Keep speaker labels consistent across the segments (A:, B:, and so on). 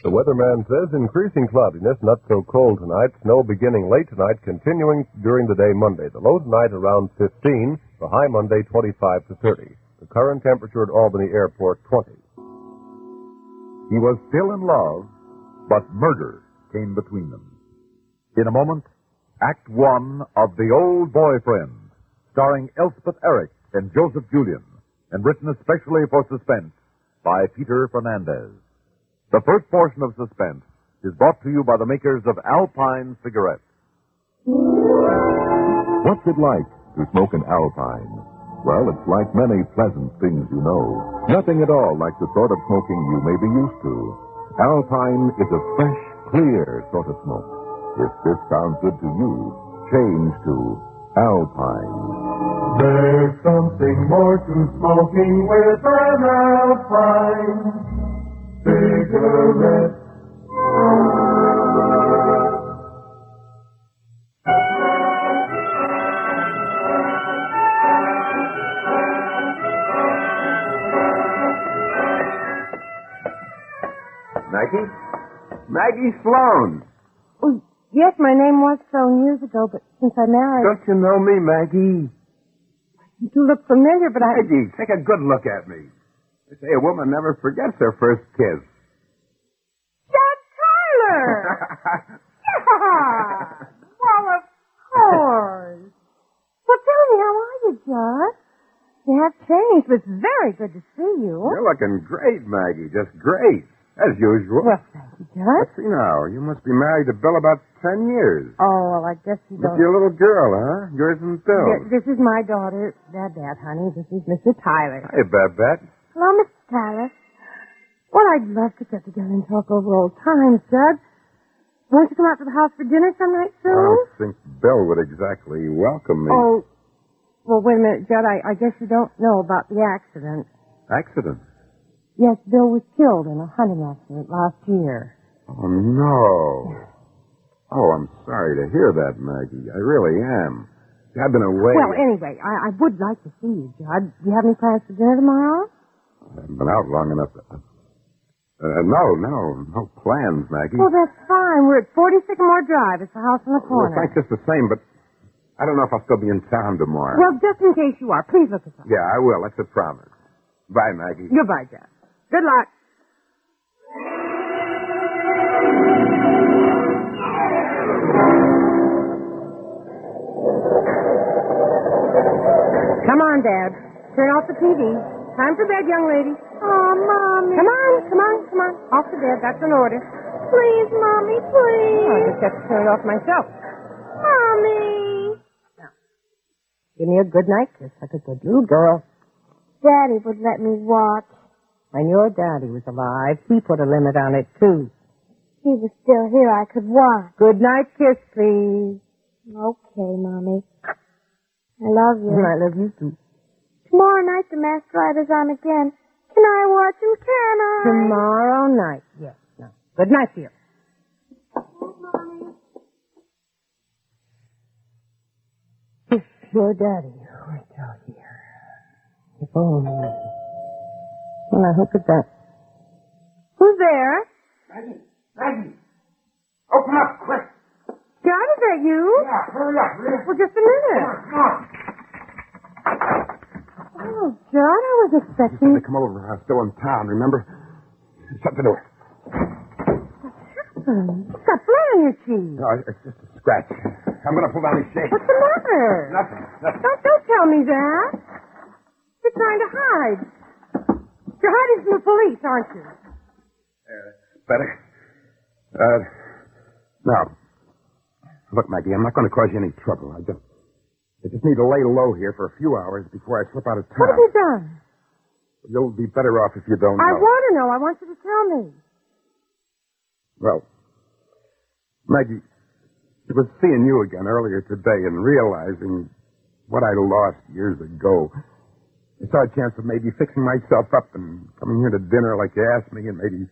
A: The weatherman says increasing cloudiness, not so cold tonight. Snow beginning late tonight, continuing during the day Monday. The low tonight around 15, the high Monday 25 to 30. The current temperature at Albany Airport 20.
B: He was still in love, but murder came between them. In a moment, Act One of The Old Boyfriend, starring Elspeth Eric and Joseph Julian, and written especially for suspense by Peter Fernandez. The first portion of suspense is brought to you by the makers of Alpine cigarettes.
C: What's it like to smoke an Alpine? Well, it's like many pleasant things you know. Nothing at all like the sort of smoking you may be used to. Alpine is a fresh, clear sort of smoke. If this sounds good to you, change to Alpine.
D: There's something more to smoking with an Alpine cigarette.
E: Maggie? Maggie Sloan.
F: Well, yes, my name was Sloan years ago, but since I married,
E: Don't you know me, Maggie?
F: you do look familiar, but I.
E: Maggie, take a good look at me. They say a woman never forgets her first kiss.
F: Jack Tyler! yeah! Well, of course. Well, tell me, how are you, Judge? You have changed, but it's very good to see you.
E: You're looking great, Maggie. Just great. As usual.
F: Well, thank you, Judge.
E: Let's see now. You must be married to Bill about ten years.
F: Oh, well, I guess you
E: With
F: don't.
E: your little girl, huh? Yours and
F: Th-
E: Bill's.
F: This is my daughter, Babette, honey. This is Mr. Tyler.
E: Hey, Babette.
F: Hello, Mr. Tyler. Well, I'd love to get together and talk over old times, Jud. Won't you come out to the house for dinner some night
E: I
B: Oh,
F: soon?
E: don't think Bill would exactly welcome me.
F: Oh, well, wait a minute, Jud. I, I guess you don't know about the accident.
E: Accident.
F: Yes, Bill was killed in a hunting accident last year.
E: Oh, no. Oh, I'm sorry to hear that, Maggie. I really am. I've been away.
F: Well, anyway, I, I would like to see you, Jud. Do you have any plans for dinner tomorrow?
E: I haven't been out long enough. To... Uh, no, no, no plans, Maggie.
F: Well, that's fine. We're at 40 Sycamore Drive. It's the house on the
E: Well,
F: corner.
E: thanks just the same, but I don't know if I'll still be in town tomorrow.
F: Well, just in case you are, please look us up.
E: yeah, I will. That's a promise. Bye, Maggie.
F: Goodbye, Jud. Good luck. Come on, Dad. Turn off the TV. Time for bed, young lady.
G: Oh, Mommy.
F: Come on, come on, come on. Off to bed. That's an order.
G: Please, Mommy,
F: Oh, I
G: please.
F: just have to turn it off myself.
G: Mommy.
F: Give me a good night kiss like a good little girl.
G: Daddy would let me watch.
F: When your daddy was alive, he put a limit on it, too.
G: He was still here. I could watch.
F: Good night kiss, please.
G: Okay, Mommy. I love you.
F: And I love you, too.
G: Tomorrow night the masked rider's on again. Can I watch him? Can I?
F: Tomorrow night. Yes. No. Good night, dear. If your daddy were still here, if only. Well, I hope it's that. Who's there?
H: Maggie, Maggie, open up quick.
F: Dad, is that you?
H: Yeah, hurry up, will you?
F: Well, just a minute.
H: Come on.
F: Oh, John, I was expecting.
E: They come over. I'm still in town, remember? Shut the door.
F: You've got blood on your cheek.
E: No, it's just a scratch. I'm going to pull down his shade.
F: What's the matter?
E: Nothing, nothing.
F: Don't, don't tell me that. You're trying to hide. You're hiding from the police, aren't you?
E: Better. Uh, now, look, Maggie, I'm not going to cause you any trouble. I just, I just need to lay low here for a few hours before I slip out of town.
F: What have you done?
E: You'll be better off if you don't
F: I
E: know.
F: want to know. I want you to tell me.
E: Well, Maggie, it was seeing you again earlier today and realizing what I lost years ago. I saw a chance of maybe fixing myself up and coming here to dinner like you asked me and maybe,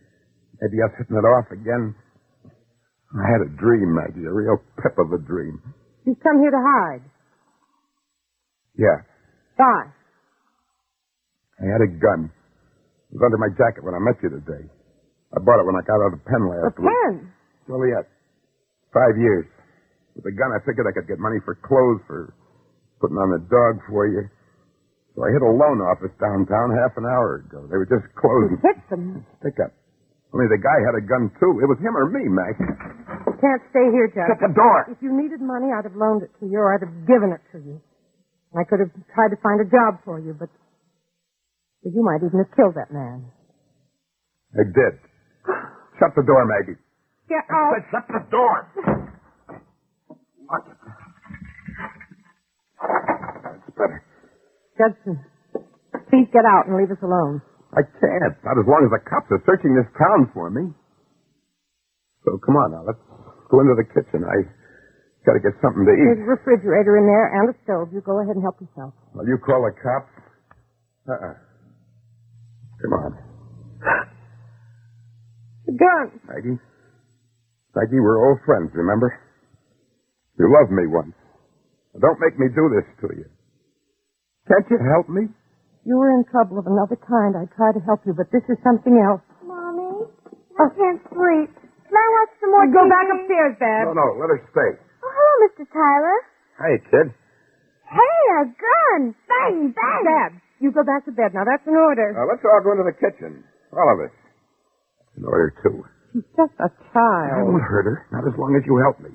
E: maybe us hitting it off again. I had a dream, Maggie, a real pip of a dream.
F: You've come here to hide.
E: Yeah,
F: Why?
E: I had a gun. It was under my jacket when I met you today.
I: I bought it when I got out of pen last
F: a
I: week.
F: pen.
I: Joliet. Five years. With a gun, I figured I could get money for clothes, for putting on the dog for you. So I hit a loan office downtown half an hour ago. They were just
F: You
I: closing.
F: hit them.
I: Pick up. Only the guy had a gun, too. It was him or me, Mac.
F: You can't stay here, Judge.
I: Shut the door.
F: If you needed money, I'd have loaned it to you, or I'd have given it to you. I could have tried to find a job for you, but but you might even have killed that man.
I: I did. Shut the door, Maggie.
F: Get out.
I: Said Shut the door. Lock it. That's better.
F: Judson, please get out and leave us alone.
I: I can't. Not as long as the cops are searching this town for me. So come on now, let's go into the kitchen. I gotta get something to
F: There's
I: eat.
F: a refrigerator in there and a stove. You go ahead and help yourself.
I: Will you call the cops? Uh-uh. Come on.
F: The gun.
I: Maggie. Maggie, we're old friends, remember? You loved me once. Now, Don't make me do this to you. Can't you help me?
F: You were in trouble of another kind. I tried to help you, but this is something else.
G: Mommy, I can't sleep. Can I watch some more
F: go
G: TV?
F: back upstairs, Dad.
I: No, no, let her stay.
G: Oh, hello, Mr. Tyler.
I: Hey, kid.
G: Hey, a gun! Bang, bang!
F: Dad, you go back to bed. Now, that's an order.
I: Now, let's all go into the kitchen. All of us. In order to.
F: She's just a
I: I
F: child.
I: won't hurt her. Not as long as you help me.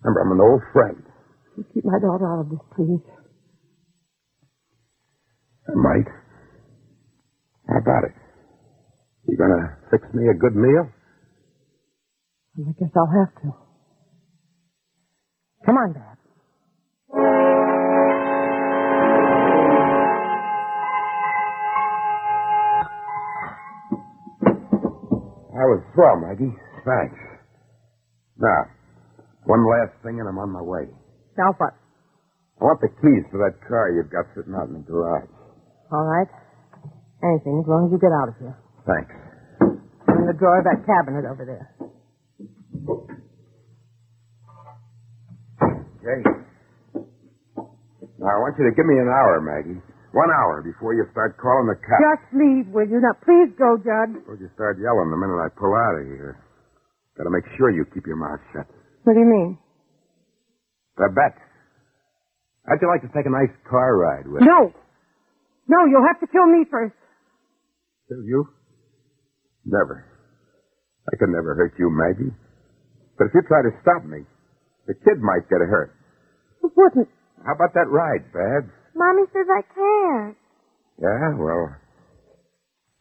I: Remember, I'm an old friend.
F: You keep my daughter out of this, please.
I: I might. How about it? You gonna fix me a good meal?
F: And I guess I'll have to. Come on, Dad.
I: I was swell, Maggie. Thanks. Now, one last thing and I'm on my way.
F: Now what?
I: I want the keys to that car you've got sitting out in the garage.
F: All right. Anything, as long as you get out of here.
I: Thanks.
F: In the drawer of that cabinet over there.
I: Okay. Now, I want you to give me an hour, Maggie. One hour before you start calling the cops.
F: Just leave, will you? Now, please go, Judge.
I: Before you start yelling the minute I pull out of here. Gotta make sure you keep your mouth shut.
F: What do you mean?
I: Babette, how'd you like to take a nice car ride with
F: No. No, you'll have to kill me first.
I: Kill you? Never. I could never hurt you, Maggie. But if you try to stop me, the kid might get hurt.
F: It wouldn't.
I: How about that ride, Babs?
G: Mommy says I can't.
I: Yeah, well,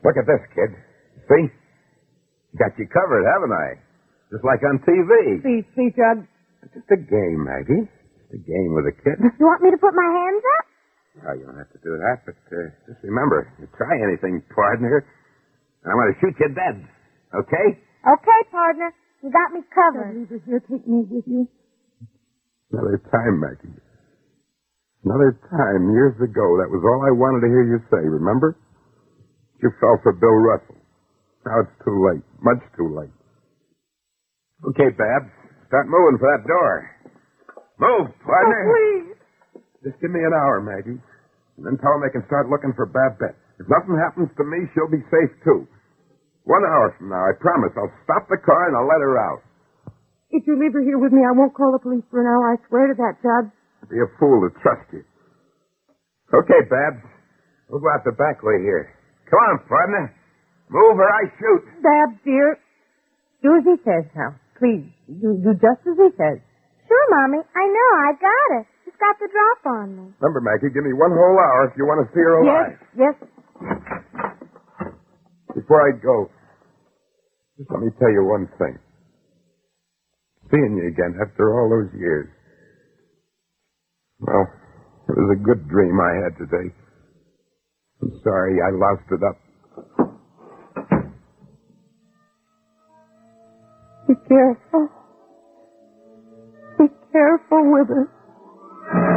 I: look at this, kid. See? Got you covered, haven't I? Just like on TV.
F: Please, please, Judge.
I: It's just a game, Maggie. Just a game with a kid.
G: You want me to put my hands up?
I: Well, you don't have to do that, but uh, just remember, you try anything, partner, and I'm going to shoot you dead. Okay?
G: Okay, partner. You got me
F: Judge,
G: covered.
F: leave her here. Take me with you.
I: Another time, Maggie. Another time, years ago, that was all I wanted to hear you say, remember? You fell for Bill Russell. Now it's too late. Much too late. Okay, Babs. Start moving for that door. Move, partner.
G: Oh, Please.
I: Just give me an hour, Maggie. And then tell them they can start looking for Babette. If nothing happens to me, she'll be safe, too. One hour from now, I promise. I'll stop the car and I'll let her out.
F: If you leave her here with me, I won't call the police for an hour. I swear to that, Judge.
I: I'd be a fool to trust you. Okay, Babs. We'll go out the back way here. Come on, partner. Move or I shoot.
F: Dad, dear. Do as he says now. Please, do, do just as he says.
G: Sure, Mommy. I know. I got it. He's got the drop on me.
I: Remember, Maggie, give me one whole hour if you want to see her alive.
F: Yes, yes.
I: Before I go, just let me tell you one thing. Seeing you again after all those years. Well, it was a good dream I had today. I'm sorry I loused it up.
F: Be careful. Be careful with her.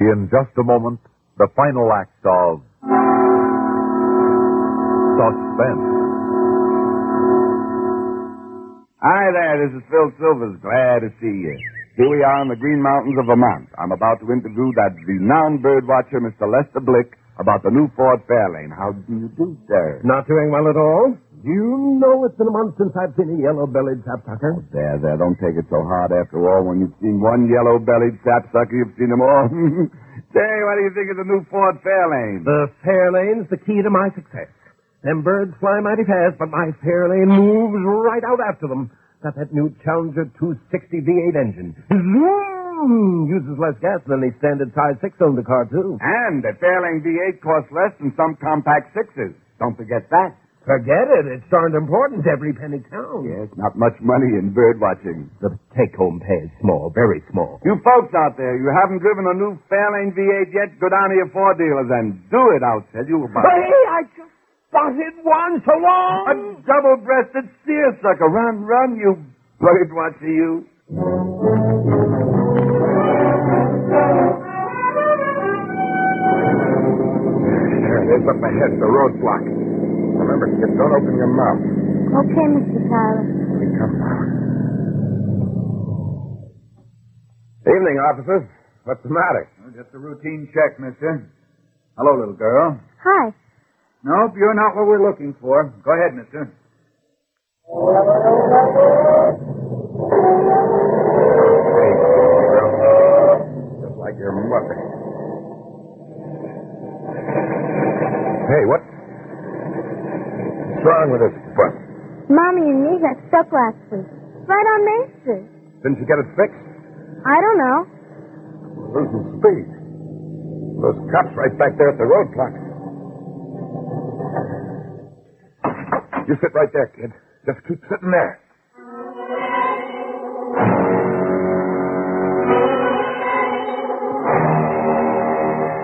B: In just a moment, the final act of Suspense.
J: Hi there, this is Phil Silvers. Glad to see you.
I: Here we are in the Green Mountains of Vermont. I'm about to interview that renowned bird watcher, Mr. Lester Blick, about the new Ford Fairlane. How do you do, sir?
E: Not doing well at all. You know it's been a month since I've seen a yellow-bellied sapsucker.
I: Oh, There, there, don't take it so hard after all. When you've seen one yellow-bellied sapsucker, you've seen them all. Say, what do you think of the new Ford Fairlane?
E: The Fairlane's the key to my success. Them birds fly mighty fast, but my Fairlane moves right out after them. Got that new Challenger 260 V8 engine. Zoom! Uses less gas than a standard size six-cylinder car, too.
I: And the Fairlane V8 costs less than some compact sixes. Don't forget that.
E: Forget it. It's darned important. Every penny counts.
I: Yes, not much money in bird watching.
E: The take-home pay is small, very small.
I: You folks out there, you haven't driven a new Fairlane V8 yet, go down to your four dealers and do it, I'll tell you about it.
E: Hey, I just spotted one so long.
I: A double-breasted seersucker. Run, run, you bird watcher, you.
K: There it is up ahead, the roadblock. Remember, kid, don't open your mouth.
G: Okay, Mr. Tyler.
K: Here we come now.
I: Evening, officers. What's the matter?
L: Just a routine check, mister. Hello, little girl.
G: Hi.
L: Nope, you're not what we're looking for. Go ahead, mister.
K: Just like your mother.
M: Hey, what? What's wrong with this bus?
G: Mommy and me got stuck last week. Right on Main Street.
M: Didn't you get it fixed?
G: I don't know.
M: Losing speed. Those cops right back there at the roadblock. You sit right there, kid. Just keep sitting there.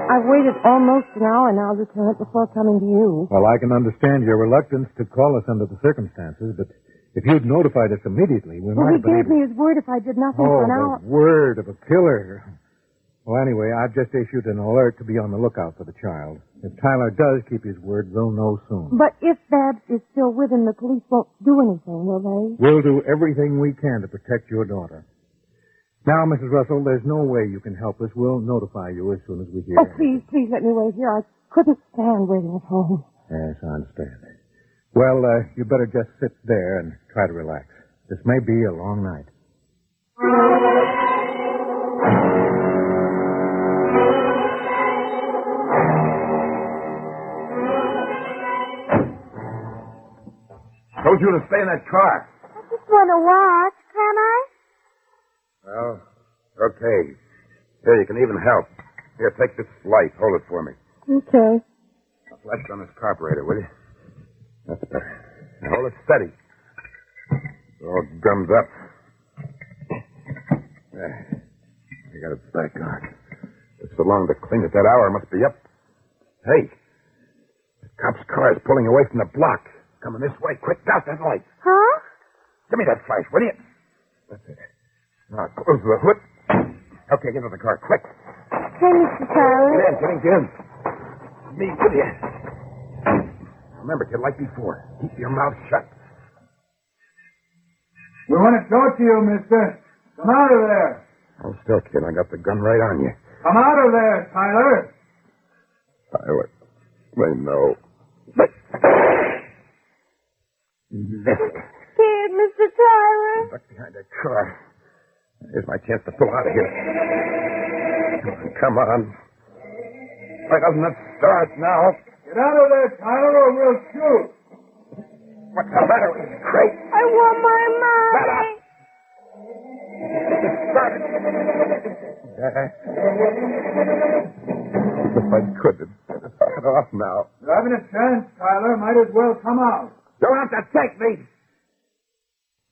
F: I've waited almost an hour now, Lieutenant, before coming to you.
B: Well, I can understand your reluctance to call us under the circumstances, but if you'd notified us immediately, we
F: Well,
B: might have
F: he
B: been
F: gave
B: able
F: me his word if I did nothing
B: Oh,
F: for an hour.
B: the word of a killer. Well, anyway, I've just issued an alert to be on the lookout for the child. If Tyler does keep his word, we'll know soon.
F: But if Babs is still with him, the police won't do anything, will they?
B: We'll do everything we can to protect your daughter. Now, Mrs. Russell, there's no way you can help us. We'll notify you as soon as we hear.
F: Oh, please, please let me wait here. I couldn't stand waiting at home.
B: Yes, I understand. Well, uh, you better just sit there and try to relax. This may be a long night.
K: Told you to stay in that car.
G: I just want to watch, can I?
K: Well, okay. Here, you can even help. Here, take this light. Hold it for me.
F: Okay.
K: Now flash it on this carburetor, will you? That's better. Now hold it steady. It's all gummed up. There. I got it back on. Took so long to clean it that hour must be up. Hey! The cop's car is pulling away from the block. Coming this way. Quick, out that light.
G: Huh?
K: Give me that flash, will you? That's it. Now close the hood. Okay, get out of the car, quick.
G: Okay,
K: Get
G: Mr. Tyler.
K: in, get in, get in. Me with you. Remember, kid, like before, keep your mouth shut.
L: We want to talk to you, mister. Come out of there.
K: Oh, still, kid, I got the gun right on you.
L: Come out of there, Tyler.
K: Tyler, they know.
G: Scared, Mr. Tyler.
K: Duck behind that car. Here's my chance to pull out of here. Come on, come on. Why doesn't it start now?
L: Get out of there, Tyler, or we'll shoot.
K: What's the matter with this crate?
G: I want my
K: Shut
G: mommy.
K: up! Started. If I could, I'd have it off now.
L: You haven't a chance, Tyler. Might as well come out.
K: Don't have to take me.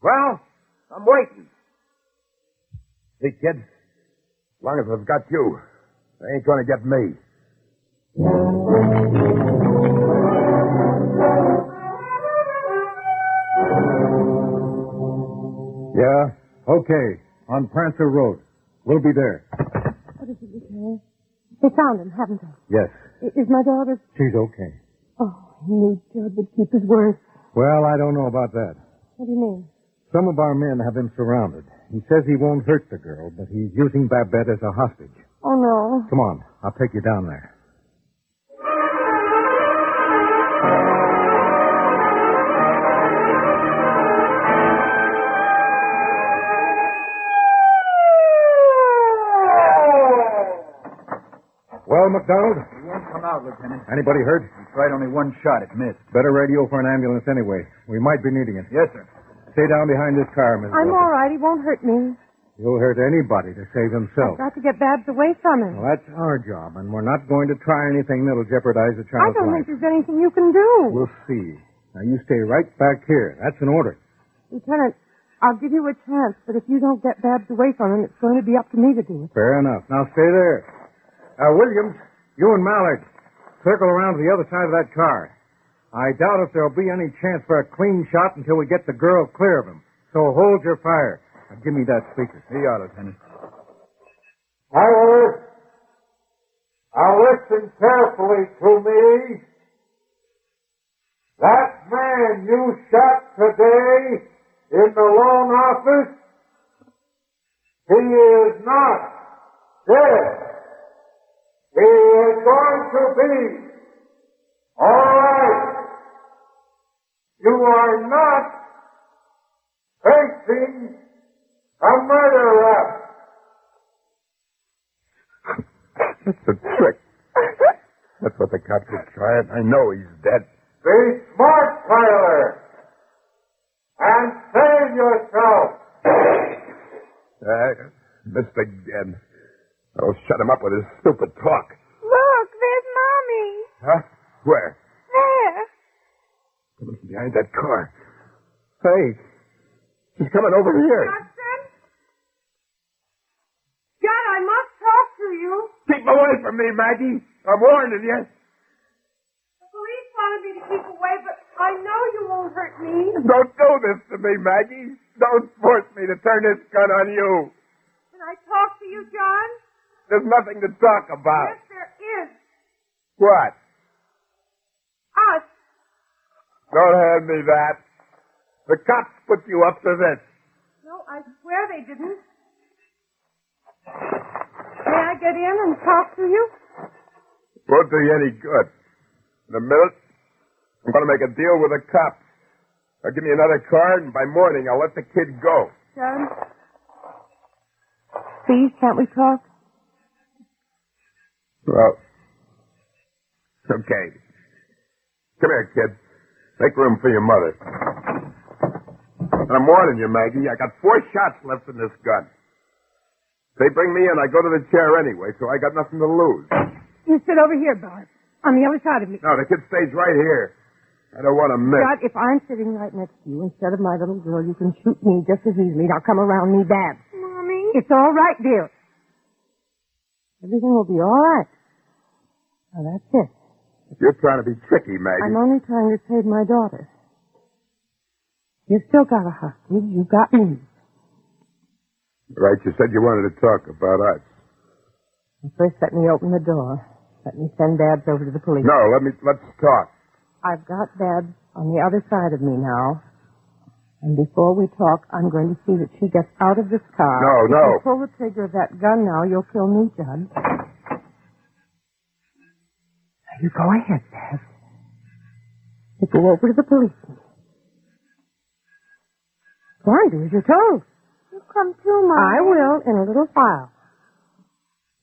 K: Well, I'm waiting. See, kid, as long as I've got you, they ain't gonna get me.
B: Yeah? Okay. On Prancer Road. We'll be there.
F: What is it, Lieutenant? They found him, haven't they?
B: Yes.
F: I- Is my daughter...
B: She's okay.
F: Oh, he knew Judd would keep his word.
B: Well, I don't know about that.
F: What do you mean?
B: Some of our men have him surrounded.
L: He says he won't hurt the girl, but he's using Babette as a hostage.
F: Oh, no.
L: Come on, I'll take you down there. Well, McDonald?
B: He won't come out, Lieutenant.
L: Anybody hurt?
B: He tried only one shot. It missed.
L: Better radio for an ambulance anyway. We might be needing it.
B: Yes, sir.
L: Stay down behind this car, Miss.
F: I'm
L: Wilson.
F: all right. He won't hurt me.
L: You'll hurt anybody to save himself.
F: I've got to get Babs away from him.
L: Well, that's our job, and we're not going to try anything that'll jeopardize the
F: I
L: child's
F: don't
L: life.
F: think there's anything you can do.
L: We'll see. Now you stay right back here. That's an order.
F: Lieutenant, I'll give you a chance, but if you don't get Babs away from him, it's going to be up to me to do it.
L: Fair enough. Now stay there. Uh, Williams, you and Mallard, circle around to the other side of that car. I doubt if there'll be any chance for a clean shot until we get the girl clear of him. So hold your fire. Now give me that speaker.
B: Here you are, Lieutenant.
D: Howard, now listen carefully to me. That man you shot today in the loan office, he is not dead. He is going to be. All right. You are not facing a murder rap.
I: It's a trick. That's what the cops are trying. I know he's dead.
D: Be smart, Tyler, and save yourself.
I: Uh, missed
B: um,
I: again. I'll shut him up with his stupid talk.
G: Look, there's Mommy.
I: Huh? Where?
G: There.
I: Coming from behind that car. Hey, she's coming over here.
G: Hudson? John, I must talk to you.
I: Keep away from me, Maggie. I'm warning you.
G: The police wanted me to keep away, but I know you won't hurt me.
I: Don't do this to me, Maggie. Don't force me to turn this gun on you.
G: Can I talk to you, John?
I: There's nothing to talk about.
G: Yes, there is.
I: What?
G: Us.
I: Don't hand me that. The cops put you up to this.
G: No, I swear they didn't. May I get in and talk to you?
I: Won't do you any good. In a minute, I'm going to make a deal with the cops. They'll give me another card, and by morning I'll let the kid go.
G: John,
F: Please, can't we talk?
I: Well, okay. Come here, kid. Make room for your mother. And I'm warning you, Maggie. I got four shots left in this gun. If they bring me in, I go to the chair anyway, so I got nothing to lose.
G: You sit over here, Bart, on the other side of me.
I: No, the kid stays right here. I don't want to miss.
G: John,
F: If I'm sitting right next to you instead of my little girl, you can shoot me just as easily. Now come around me, Babs.
G: Mommy.
F: It's all right, dear. Everything will be all right. Now that's it.
I: You're trying to be tricky, Maggie.
F: I'm only trying to save my daughter. You still got a hostage. You got me.
I: Right, you said you wanted to talk about us.
F: First, let me open the door. Let me send Babs over to the police.
I: No, let me let's talk.
F: I've got Babs on the other side of me now. And before we talk, I'm going to see that she gets out of this car.
I: No,
F: if
I: no.
F: You pull the trigger of that gun now, you'll kill me, Judd. Now you go ahead, Babs. You go over to the police. Why, do as you're told.
G: You come too, Mommy.
F: I will in a little while.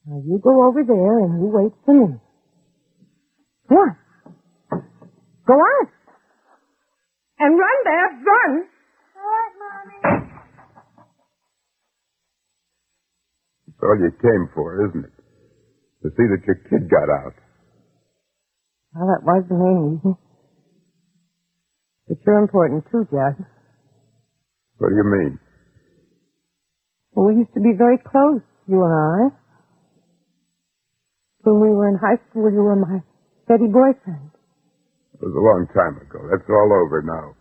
F: Now you go over there and you wait for me. Go on. Go on.
G: And run, Babs, run.
F: All right, Mommy.
I: That's all you came for, isn't it? To see that your kid got out.
F: Well, that was the main reason. But you're important too, Jack.
I: What do you mean?
F: Well, we used to be very close, you and I. When we were in high school, you were my steady boyfriend.
I: It was a long time ago. That's all over now.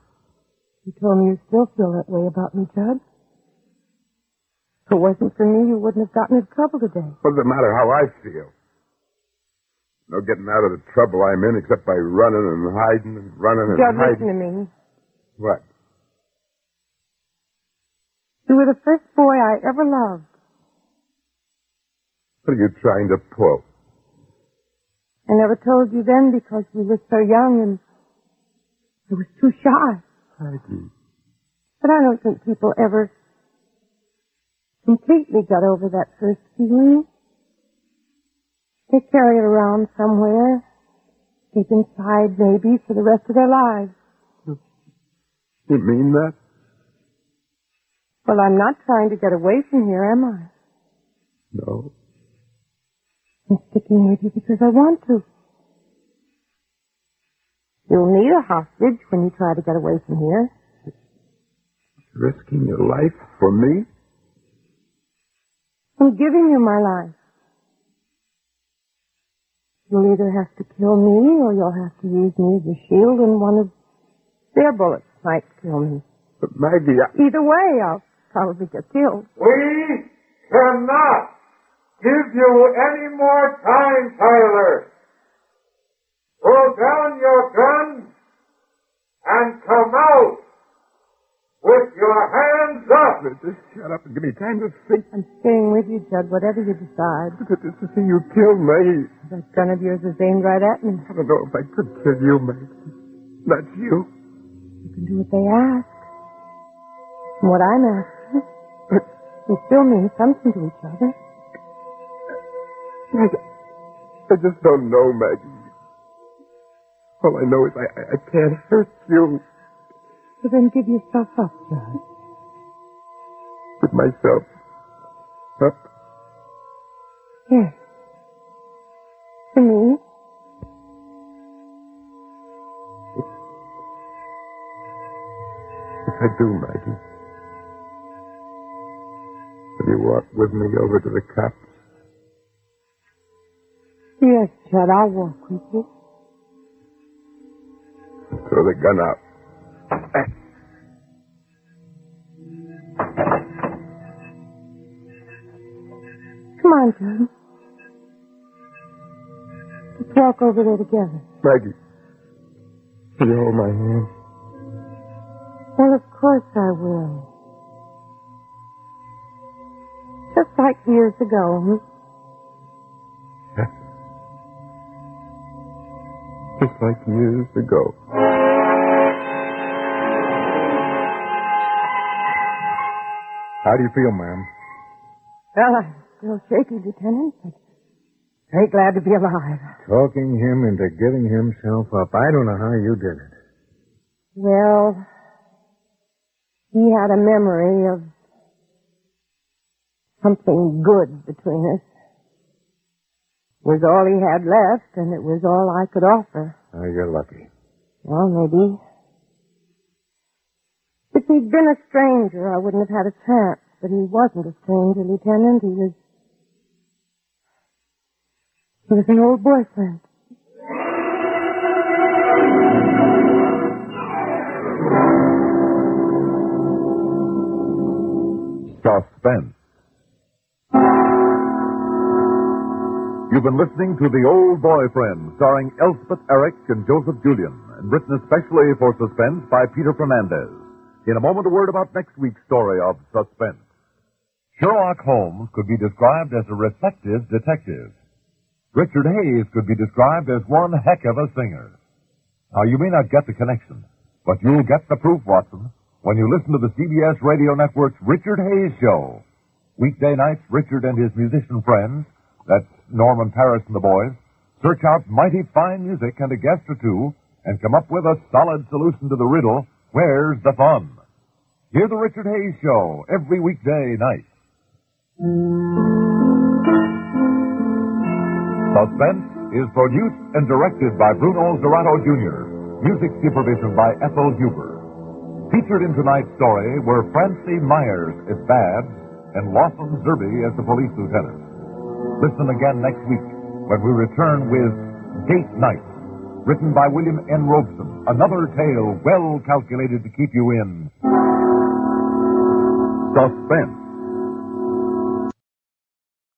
F: You told me you still feel that way about me, Judd. If it wasn't for me, you wouldn't have gotten in trouble today.
I: What's the matter how I feel? No getting out of the trouble I'm in except by running and hiding and running and
F: Judd,
I: hiding.
F: listen to me.
I: What?
F: You were the first boy I ever loved.
E: What are you trying to pull?
F: I never told you then because you were so young and I was too shy.
E: Heidi.
F: But I don't think people ever completely got over that first feeling. They carry it around somewhere, deep inside maybe, for the rest of their lives.
E: You mean that?
F: Well, I'm not trying to get away from here, am I?
E: No.
F: I'm sticking with you because I want to. You'll need a hostage when you try to get away from here.
E: Risking your life for me?
F: I'm giving you my life. You'll either have to kill me or you'll have to use me as a shield and one of their bullets might kill me.
E: But Maggie, I...
F: Either way, I'll probably get killed.
D: We cannot give you any more time, Tyler. Pull down your gun and come out with your hands up.
E: Just shut up and give me time to think.
F: I'm staying with you, Judd, whatever you decide.
E: But this is the thing you killed Maggie.
F: That gun of yours is aimed right at me.
E: I don't know if I could kill you, Maggie. Not you.
F: You can do what they ask. And what I'm asking. But we still mean something to each other.
E: Maggie, I just don't know, Maggie. All I know is I, I, I can't hurt you.
F: So then give yourself up, John.
E: Give myself up?
F: Yes. To me?
E: If, if I do, Maggie, will you walk with me over to the cops?
F: Yes, Chad, I'll walk with you.
E: Throw the gun out.
F: Come on, John. Let's walk over there together.
E: Maggie, will you hold my hand?
F: Well, of course I will. Just like years ago.
E: Huh? Just like years ago.
B: How do you feel, ma'am?
F: Well, I'm still shaky, Lieutenant, but very glad to be alive.
B: Talking him into giving himself up. I don't know how you did it.
F: Well, he had a memory of something good between us. It was all he had left, and it was all I could offer.
B: Oh, you're lucky.
F: Well, maybe. If he'd been a stranger, I wouldn't have had a chance. But he wasn't a stranger, Lieutenant. He was. He was an old boyfriend.
B: Suspense. You've been listening to The Old Boyfriend, starring Elspeth Eric and Joseph Julian, and written especially for Suspense by Peter Fernandez. In a moment, a word about next week's story of Suspense. Sherlock Holmes could be described as a reflective detective. Richard Hayes could be described as one heck of a singer. Now, you may not get the connection, but you'll get the proof, Watson, when you listen to the CBS Radio Network's Richard Hayes Show. Weekday nights, Richard and his musician friends, that's Norman Paris and the boys, search out mighty fine music and a guest or two and come up with a solid solution to the riddle, where's the fun? Hear the Richard Hayes Show every weekday night. Suspense is produced and directed by Bruno Zerato Jr. Music supervision by Ethel Huber. Featured in tonight's story were Francie Myers as Babs and Lawson Zerby as the police lieutenant. Listen again next week when we return with Date Night, written by William N. Robeson. Another tale well calculated to keep you in suspense.